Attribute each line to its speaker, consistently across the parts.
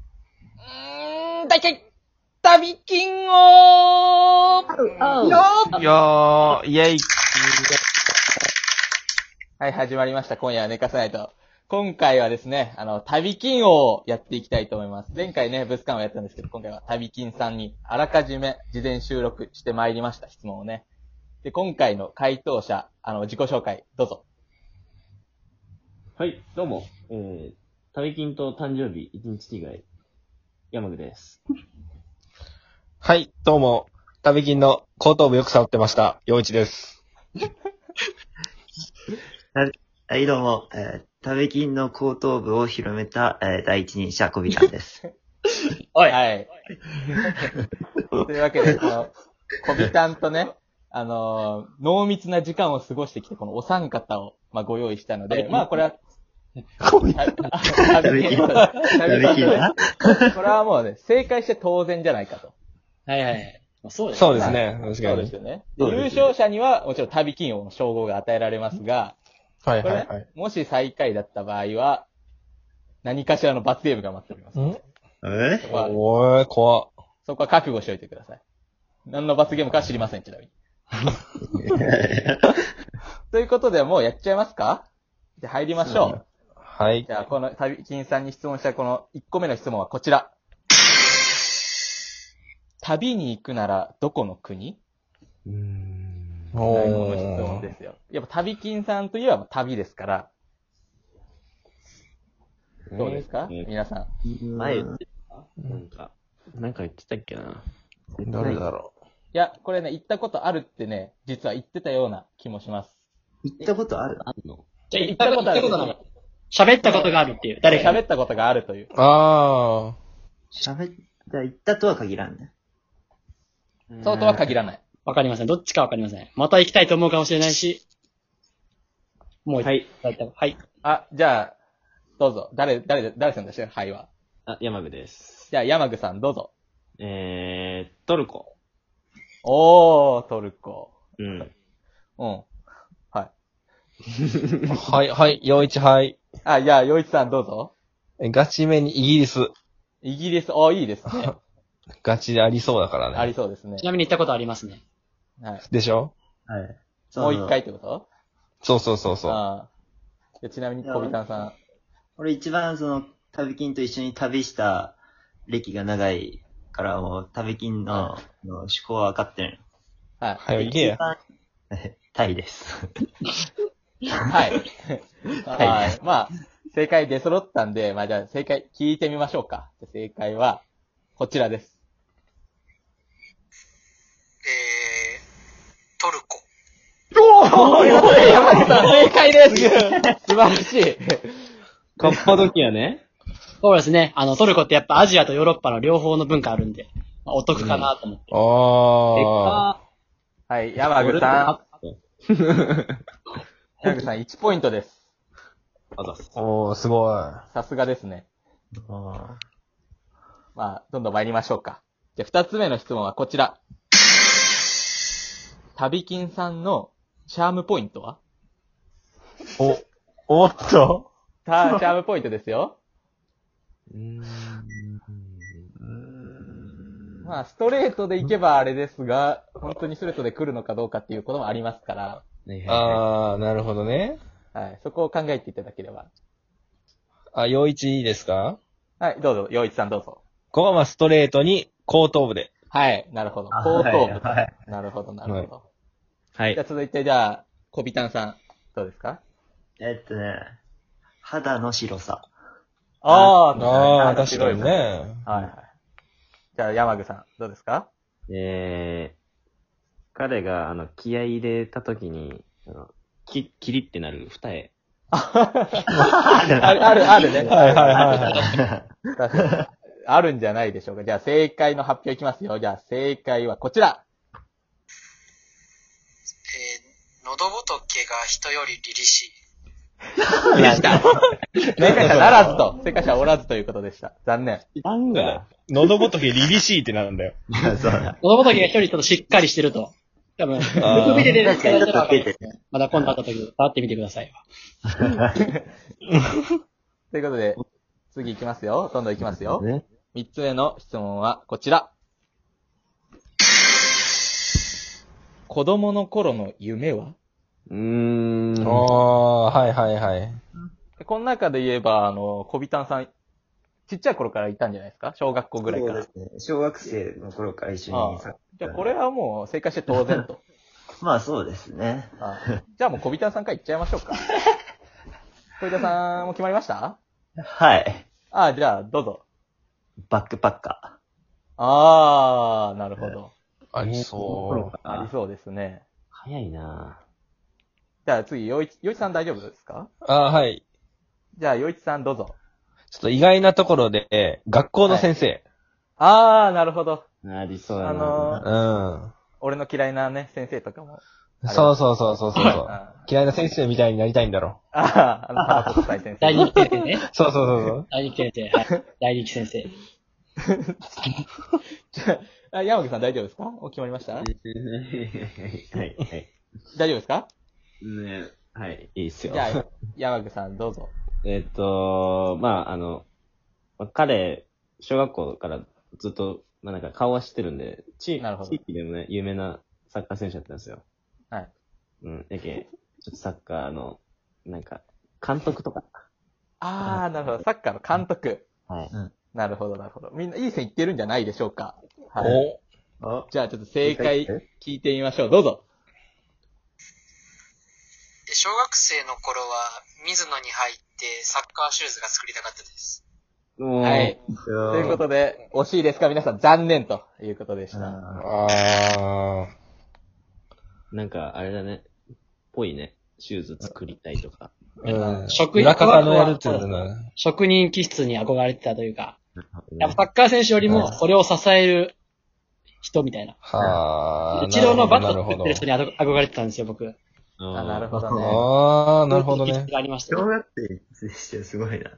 Speaker 1: ーん、大体、旅金を、よっ
Speaker 2: よー、イェイ。
Speaker 1: はい、始まりました。今夜は寝かさないと。今回はですね、あの、旅金王をやっていきたいと思います。前回ね、物館をやったんですけど、今回は旅金さんにあらかじめ事前収録してまいりました、質問をね。で、今回の回答者、あの、自己紹介、どうぞ。
Speaker 3: はい、どうも。えー、旅金と誕生日一日違い、山口です。
Speaker 2: はい、どうも。旅金の後頭部よく触ってました。陽一です。
Speaker 4: はい、どうも、えー、食べ金の後頭部を広めた、えー、第一人者、コビタンです。
Speaker 1: おい はい。というわけで、この、コビタンとね、あのー濃密な時間を過ごしてきて、このお三方を、まあ、ご用意したので、まあ、これ は、たた旅金さん旅
Speaker 4: 食べ
Speaker 1: 金
Speaker 4: 金
Speaker 1: さん
Speaker 4: な
Speaker 1: これはもうね、正解して当然じゃないかと。
Speaker 5: はいはい。まあ、そうです
Speaker 2: そうですね、確
Speaker 1: そ
Speaker 2: か
Speaker 1: うです
Speaker 2: に。
Speaker 1: よね。で
Speaker 4: そうです
Speaker 1: 優
Speaker 4: ね
Speaker 1: 勝者には、もちろん旅金王の称号が与えられますが、
Speaker 2: はい
Speaker 1: こ
Speaker 2: は
Speaker 1: れ
Speaker 2: いはい。
Speaker 1: もし最下位だった場合は、何かしらの罰ゲームが待っております。
Speaker 2: ん
Speaker 4: え
Speaker 1: まあ
Speaker 2: おー、怖っ。
Speaker 1: そこは覚悟しておいてください。何の罰ゲームかは知りません、ちなみ に。 ということで、もうやっちゃいますかじゃあ入りましょう。
Speaker 2: はい
Speaker 1: じ。ゃあ、この、旅金さんに質問したこの1個目の質問はこちら。旅に行くならどこの国
Speaker 3: うーん。
Speaker 2: お
Speaker 1: 最後の質問ですよ。やっぱ旅金さんといえば旅ですから、どうですか、
Speaker 3: えー
Speaker 1: 皆さん。
Speaker 3: 前言ってたなんか、なんか言ってたっけな。
Speaker 2: どれだろ
Speaker 1: いや、これね、行ったことあるってね、実は言ってたような気もします。
Speaker 4: 行ったことある
Speaker 3: あんの
Speaker 5: じゃあ、
Speaker 1: 行
Speaker 5: 行
Speaker 1: っ
Speaker 5: ったた
Speaker 1: こ
Speaker 5: ことと
Speaker 1: あ
Speaker 5: あ
Speaker 1: る
Speaker 5: る。喋ったことがあるっていう。誰か。
Speaker 1: 喋ったことがあるという。
Speaker 2: う。あ
Speaker 4: 喋っ、じゃあ行ったとは限らんね。
Speaker 1: そうとは限らない。
Speaker 5: わかりません。どっちかわかりません。また行きたいと思うかもしれないし。もう行
Speaker 3: は
Speaker 5: っ
Speaker 3: い。
Speaker 5: たらはい。
Speaker 1: あ、じゃあ、どうぞ。誰、誰、誰さんでしたはいは。
Speaker 3: あ、山口です。
Speaker 1: じゃあ、山口さんどうぞ。
Speaker 3: えー、トルコ。
Speaker 1: おー、トルコ。
Speaker 3: うん。
Speaker 1: うん。
Speaker 2: ー。はいはい、陽一はい。
Speaker 1: あ、じゃあ、洋一さんどうぞ。
Speaker 2: えガチめにイギリス。
Speaker 1: イギリス、おいい ですね。
Speaker 2: ガチでありそうだからね。
Speaker 1: ありそうですね
Speaker 5: ち。なみに行ったことありますね。
Speaker 1: はい。
Speaker 2: でしょ
Speaker 4: はい。
Speaker 1: もう一回。ってこと
Speaker 2: そうそうそうそう。
Speaker 1: ああでちなみに、小ビタンさん。
Speaker 4: 俺一番その、旅金と一緒に旅した歴が長いから、もう、旅金の、の思考は分かってる。
Speaker 1: はい。
Speaker 2: はい、行けや
Speaker 4: 一。番 えタイです。
Speaker 1: はい。 はい。まあ、正解出揃ったんで、まあじゃあ正解聞いてみましょうか。正解は、こちらです。
Speaker 6: えー、トルコ。
Speaker 1: おいおい、山口さん、正解です素晴らしい。
Speaker 3: カッパドキア ね。
Speaker 5: そうですね。あの、トルコってやっぱアジアとヨーロッパの両方の文化あるんで、まあ、お得かなと思って。
Speaker 2: あ
Speaker 1: はい、山口さん。山口さん、1ポイントです。
Speaker 3: あざっす
Speaker 2: ー。。おー、すごい。
Speaker 1: さすがですね。
Speaker 4: あ
Speaker 1: まあ、どんどん参りましょうか。じゃあ、2つ目の質問はこちら。旅金さんのチャームポイントは
Speaker 2: おっと
Speaker 1: さあ、チャームポイントですよ。
Speaker 3: うーん。
Speaker 1: まあ、ストレートでいけばあれですが、本当にストレートで来るのかどうかっていうこともありますから、
Speaker 3: はいは
Speaker 2: あー、なるほどね。
Speaker 1: はい、そこを考えていただければ。
Speaker 2: あ、陽一いいですか
Speaker 1: はい、どうぞ、洋一さんどうぞ。
Speaker 2: ここはまあストレートに後頭部で。
Speaker 1: はい、なるほど。
Speaker 4: あ
Speaker 1: 後頭部。
Speaker 4: はいはい
Speaker 1: なるほど、なるほど。
Speaker 3: いはい。
Speaker 1: じゃあ
Speaker 3: はい。
Speaker 1: 続いて、じゃあ、コビタンさん、どうですか
Speaker 4: ーえっとね、肌の白さ。
Speaker 1: あ
Speaker 2: あー、確かに。ね。
Speaker 1: はいはい。じゃあ、山口さん、どうですか
Speaker 3: えー、彼が、あの、気合い入れたときに、あの、き、キリってなる二重。
Speaker 1: ある、ある、あるね。
Speaker 2: はいはいはいはい。
Speaker 1: 確かに あるんじゃないでしょうか。じゃあ、正解の発表いきますよ。じゃあ、正解はこちら。
Speaker 6: えー、喉仏が人より凛々しい。
Speaker 1: 正解者ならず と、正解者はおらずということでした。残念。
Speaker 3: なんが、
Speaker 2: 喉仏凛々しいってなるんだよ。
Speaker 4: そうだ。
Speaker 5: 子供時が一人ちょっとしっかりしてると。多分、
Speaker 2: ー
Speaker 5: よく見てて
Speaker 4: 確かにちょっと増えてる。
Speaker 5: まだ今度会った時、触ってみてください。
Speaker 1: ということで、次行きますよ。どんどん行きますよ。
Speaker 3: ね。
Speaker 1: 三つ目の質問はこちら。子供の頃の夢は
Speaker 3: うーん。
Speaker 2: あー、はいはいはい。
Speaker 1: この中で言えば、あの、小ビタンさん、ちっちゃい頃からいたんじゃないですか小学校ぐらい
Speaker 4: そ
Speaker 1: か
Speaker 4: う
Speaker 1: ら。
Speaker 4: ですね。小学生の頃から一緒
Speaker 1: あ
Speaker 4: に
Speaker 1: あ
Speaker 4: さ。
Speaker 1: じゃあこれはもう正解して当然と。
Speaker 4: まあそうですね。
Speaker 1: ああじゃあもう小ビタンさんから行っちゃいましょう か。小ビタンさんも決まりました
Speaker 4: はい。
Speaker 1: ああ、じゃあどうぞ。
Speaker 4: バックパッカ
Speaker 1: ああ、なるほど。
Speaker 2: あり
Speaker 3: そう
Speaker 2: そ
Speaker 1: あ
Speaker 3: か
Speaker 1: りそうですね。
Speaker 3: 早いな
Speaker 1: じゃあ次、よいち、よいちさん大丈夫ですか
Speaker 2: う。あー、はい。
Speaker 1: じゃあ、よいちさんどうぞ。
Speaker 2: ちょっと意外なところで、学校の先生。
Speaker 1: あー、なるほど。
Speaker 3: ありそう
Speaker 1: あ
Speaker 3: やな
Speaker 1: のー
Speaker 2: うん。
Speaker 1: 俺の嫌いなね、先生とかも。
Speaker 2: そうそうそうそうそうそう。
Speaker 1: あ
Speaker 2: 嫌いな先生みたいになりたいんだろ
Speaker 1: あー、あの、花子大先
Speaker 5: 第
Speaker 1: 生。
Speaker 5: 二期先生ね
Speaker 2: う。。そうそうそうそう。
Speaker 5: 第二期先生。はい。第二期先生。
Speaker 1: あ、山木さん大丈夫ですかお決まりました
Speaker 3: はい
Speaker 1: 大
Speaker 3: はい、はい。
Speaker 1: 丈夫ですか
Speaker 3: ねはい、いいっすよ
Speaker 1: じ。ゃあ、山木さんどうぞ。
Speaker 3: えっと、まあ、あの、まあ彼、小学校からずっと、まあ、なんか顔は知ってるんで、地
Speaker 1: なるほど
Speaker 3: 地域でもね、有名なサッカー選手だったんですよ。
Speaker 1: はい。
Speaker 3: うん。やけ、ちょっとサッカーの、なんか、監督とか。
Speaker 1: あー、なるほど。サッカーの監督。
Speaker 3: はい。
Speaker 1: なるほど、なるほど。みんないい線いってるんじゃないでしょうか。はい。
Speaker 2: お
Speaker 4: ー。あ
Speaker 1: じゃあ、ちょっと正解聞いてみましょう。どうぞ。
Speaker 6: え小学生の頃は、水野に入ってサッカーシューズが作りたかったです。
Speaker 3: もう
Speaker 1: はい。という
Speaker 4: う
Speaker 1: ことで、惜しいですか皆さん、残念ということでした。
Speaker 4: ん
Speaker 2: あ
Speaker 3: なんか、あれだね。ぽいね。シューズ作りたいとか。
Speaker 2: ー。うん。
Speaker 5: 職員
Speaker 2: 裏方のやるっていうのはね
Speaker 5: 職人気質に憧れてたというか、やっ
Speaker 3: ね
Speaker 5: ぱサッカー選手よりもそれを支える人みたいな。
Speaker 2: はあ。
Speaker 5: 一郎のバッ
Speaker 2: な
Speaker 5: ト
Speaker 2: る
Speaker 5: 作
Speaker 2: ほ
Speaker 5: ってる
Speaker 2: ど
Speaker 5: 人に憧憧れてたんですよ、僕。
Speaker 1: あ、なる
Speaker 3: ど。
Speaker 1: ほどね。
Speaker 2: あー、なるほど
Speaker 5: そういう
Speaker 2: ね
Speaker 5: 気質。がありました
Speaker 4: 小
Speaker 5: よ。
Speaker 4: 学生にしてはすごいな。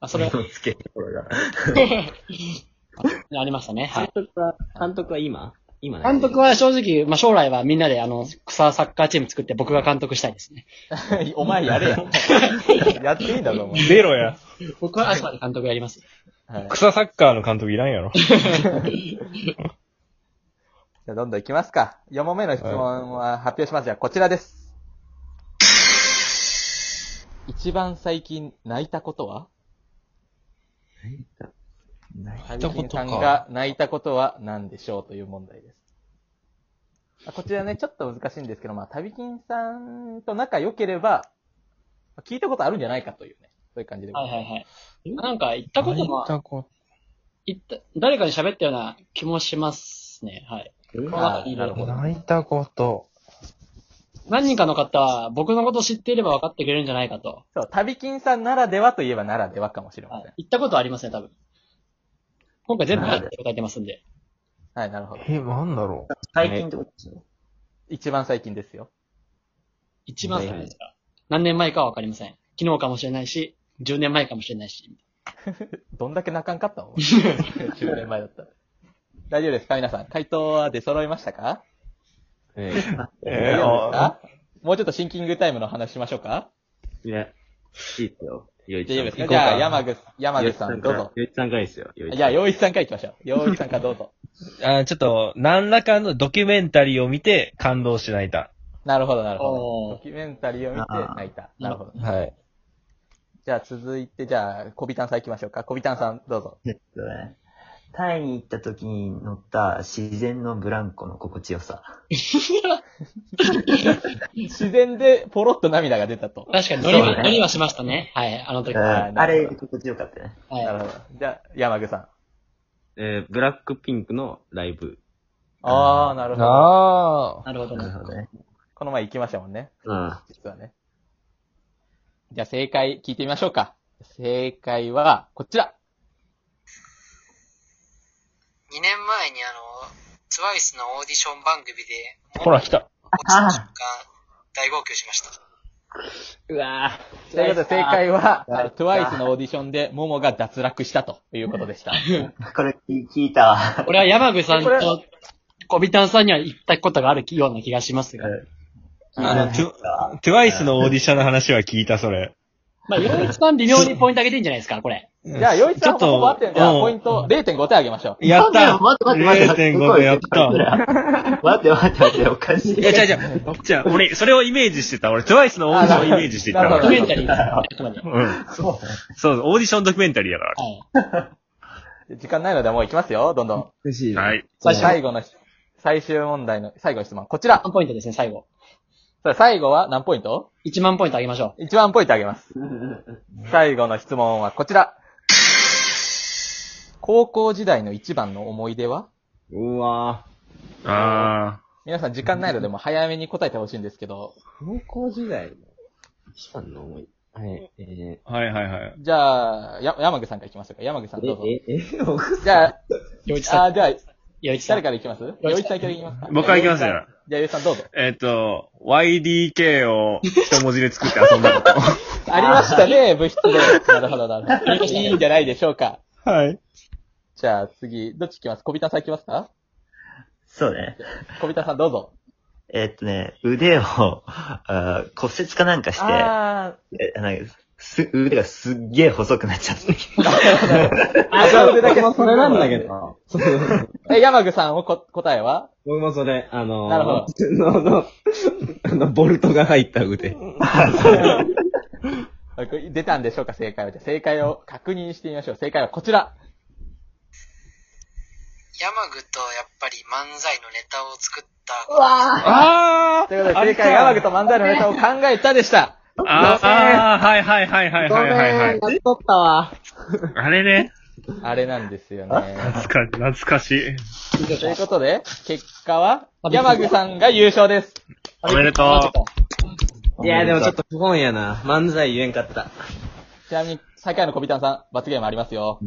Speaker 5: あそれは、
Speaker 4: の付けどころが。
Speaker 5: ありましたね。はい。
Speaker 3: 監督は、監督は今今ね
Speaker 5: 監督は正直、まあ、将来はみんなで、あの、草サッカーチーム作って僕が監督したいですね。
Speaker 1: お前やれや。やっていいんだぞ、お前。
Speaker 2: 出ろや。
Speaker 5: 僕は朝まで監督やります。
Speaker 1: はい。
Speaker 2: 草サッカーの監督いらんやろ。
Speaker 1: じゃあ、どんどん行きますか。4問目の質問は発表します。じゃあ、こちらです。一番最近泣いたことは
Speaker 2: いたこと
Speaker 1: さ
Speaker 2: か
Speaker 1: んが泣いたことは何でしょうという問題です。あこちらね、ちょっと難しいんですけど、まあ、旅金さんと仲良ければ、まあ聞いたことあるんじゃないかというね、そういう感じでござ
Speaker 5: はいい
Speaker 1: ます。
Speaker 5: はいはい。なんか行ったことも、
Speaker 2: たこ
Speaker 5: 行った、誰かに喋ったような気もしますね。はい。
Speaker 1: あーなるほど。
Speaker 2: 泣いたこと。
Speaker 5: 何人かの方は、僕のこと知っていれば分かってくれるんじゃないかと。
Speaker 1: そう、旅金さんならではといえばならではかもしれま
Speaker 5: は
Speaker 1: せん
Speaker 5: い。。行ったことはありますね、多分。今回全部はいって答えてますんで。
Speaker 1: はい、なるほど。
Speaker 2: え、なんだろう。
Speaker 4: 最近ってことでしょ
Speaker 1: 一番最近ですよ。
Speaker 5: 一番最
Speaker 3: は
Speaker 5: 初
Speaker 3: い
Speaker 5: ですから。何年前かは分かりません。昨日かもしれないし、10年前かもしれないし。
Speaker 1: どんだけ泣かんかったの ?10 年前だったら。大丈夫ですか皆さん。回答は出揃いましたか大
Speaker 3: ええ
Speaker 1: 丈夫ですかもうちょっとシンキングタイムの話しましょうか
Speaker 3: いや、いいっすよ。よい
Speaker 1: 大丈夫ですか
Speaker 2: 行
Speaker 1: じ
Speaker 2: こうか
Speaker 1: ゃあ、山口、山口さん、どうぞ。
Speaker 3: よいちさんからいいっすよ。よいち
Speaker 1: じゃ
Speaker 3: さ
Speaker 1: あ、
Speaker 3: ん
Speaker 1: 洋一さんから行きましょう。洋一さんからどうぞ。
Speaker 2: あーちょっと、何らかのドキュメンタリーを見て感動し泣いた。
Speaker 1: なるほど、なるほ
Speaker 5: お
Speaker 1: ど。
Speaker 5: ー
Speaker 1: ドキュメンタリーを見て泣いた。なるほど。
Speaker 2: はい。
Speaker 1: じゃあ、続いて、じゃあ、小ビタンさん行きましょうか。小ビタンさん、どうぞ。
Speaker 4: えっとね。タイに行った時に乗った自然のブランコの心地よさ。
Speaker 1: 自然でポロッと涙が出たと。
Speaker 5: 確かに乗り
Speaker 1: そう
Speaker 5: は、
Speaker 1: ね
Speaker 5: 乗りはしましたね。はい、あの時。は
Speaker 1: あ
Speaker 4: あ
Speaker 1: ーなる
Speaker 4: れ、
Speaker 1: ほど
Speaker 4: 心地よかったね。
Speaker 1: なるほ
Speaker 5: い。
Speaker 1: ど。じゃあ、山口さん。
Speaker 3: えー、ブラックピンクのライブ。
Speaker 1: あー、なるほど。
Speaker 2: あ
Speaker 5: なるほど
Speaker 4: なる
Speaker 5: ね。
Speaker 4: ほどね。
Speaker 1: この前行きましたもんね。
Speaker 3: うん。
Speaker 1: 実はね。じゃあ正解聞いてみましょうか。正解は、こちら。
Speaker 6: 2年前にあの、TWICE のオーディション番組で、
Speaker 2: ー。ほら、来た。
Speaker 6: 落ちた瞬間、大号泣しました。
Speaker 3: うわぁ。
Speaker 1: ということで正解は、
Speaker 4: やった
Speaker 1: TWICE のオーディションで、モモが脱落したということでした。
Speaker 4: これ聞いたわ。
Speaker 5: 俺は山口さん
Speaker 1: これ
Speaker 5: と小ビタンさんには行ったことがあるような気がしますが。
Speaker 2: あの、トゥトゥワイスのオーディションの話は聞いた、それ。
Speaker 5: まあ、洋一さん微妙にポイント上げていいんじゃないですか、これ。
Speaker 1: じゃあ、よいさん、
Speaker 7: ちょっと
Speaker 1: ほぼ合ってんじゃあ、
Speaker 7: うん
Speaker 1: ポイント0.5点あげましょう。
Speaker 7: やった
Speaker 4: 待って待って待って。
Speaker 7: !0.5でやっ
Speaker 4: 嘘
Speaker 7: た。
Speaker 4: 嘘待って待って待って、おかしい。
Speaker 2: いや、違う違う。じゃあ、俺、それをイメージしてた。俺、トゥワイスのオーディションをイメージしてた
Speaker 1: なる
Speaker 2: か
Speaker 1: ほど
Speaker 5: ド
Speaker 2: ら。
Speaker 5: キュメンタリーですね。あくまで。は
Speaker 2: うん。そう、オーディションドキュメンタリーだか
Speaker 5: い。
Speaker 1: 時間ないのでもう行きますよ、どんどん。
Speaker 7: 嬉しい
Speaker 2: ら。はい。
Speaker 5: 最初、
Speaker 1: 最後の、最終問題の、最後の質問。こちら。
Speaker 5: 3ポイントですね、最後。
Speaker 1: さあ最後は何ポイント
Speaker 5: 1万ポイントあげましょ
Speaker 1: ?1 万ポイントあげます。最後の質問はこちら。高校時代の一番の思い出は
Speaker 3: うわ
Speaker 2: あ
Speaker 1: 皆さん時間ないのでもう早めに答えてほしいんですけど。
Speaker 3: ぁ。高校時代の一番の思い。はい。えー、
Speaker 7: はいはいはい。
Speaker 1: じゃあ、や、山口さんから行きましょうか。山口さんどうぞ。
Speaker 3: え、え、え、僕
Speaker 1: じゃあ、
Speaker 5: う。洋一さ
Speaker 1: あ
Speaker 5: ん。
Speaker 1: じゃあ、
Speaker 5: 洋一さ
Speaker 1: 誰
Speaker 5: ん。
Speaker 1: から行きます
Speaker 5: ん
Speaker 1: よいちさんから行きますか
Speaker 2: 僕から行きますよ。
Speaker 1: じゃあ、よいちさんどうぞ。
Speaker 2: えっと、YDK を一文字で作って遊んだこと。
Speaker 1: ありましたね、部室で。なるほど、なるほど。いいんじゃないでしょうか。
Speaker 7: はい。
Speaker 1: じゃあ、次、どっち行きます小ビタさん行きますか
Speaker 4: そうね。
Speaker 1: 小ビタさんどうぞ。
Speaker 4: えっとね、腕を、あー骨折かなんかして、
Speaker 1: あ
Speaker 4: えなんかす腕がすっげえ細くなっちゃって。
Speaker 1: あ、じゃあ腕だけ。
Speaker 3: それなんだけど。
Speaker 1: え、山口さんをこ答えは
Speaker 3: 僕もそれ、あのー、
Speaker 1: なるほど
Speaker 3: ど。の、の、 あの、ボルトが入った 腕。
Speaker 1: 出たんでしょうか正解は。じゃあ正解を確認してみましょう。正解はこちら。
Speaker 8: ヤマグとやっぱり漫才のネタを作った
Speaker 7: あ
Speaker 1: ということで、正解は山口と漫才のネタを考えたでした。
Speaker 2: あーあー、はいはいはいはいはいはいはい。
Speaker 1: やっとったわ。
Speaker 2: あれね。
Speaker 1: あれなんですよね。
Speaker 2: 懐か懐かしい。
Speaker 1: ということで、結果は、山口さんが優勝です。
Speaker 2: おめでとう。
Speaker 3: いや、でもちょっと不本やな。漫才言えんかった。
Speaker 1: ちなみに、最下位の小ビタンさん、罰ゲームありますよ。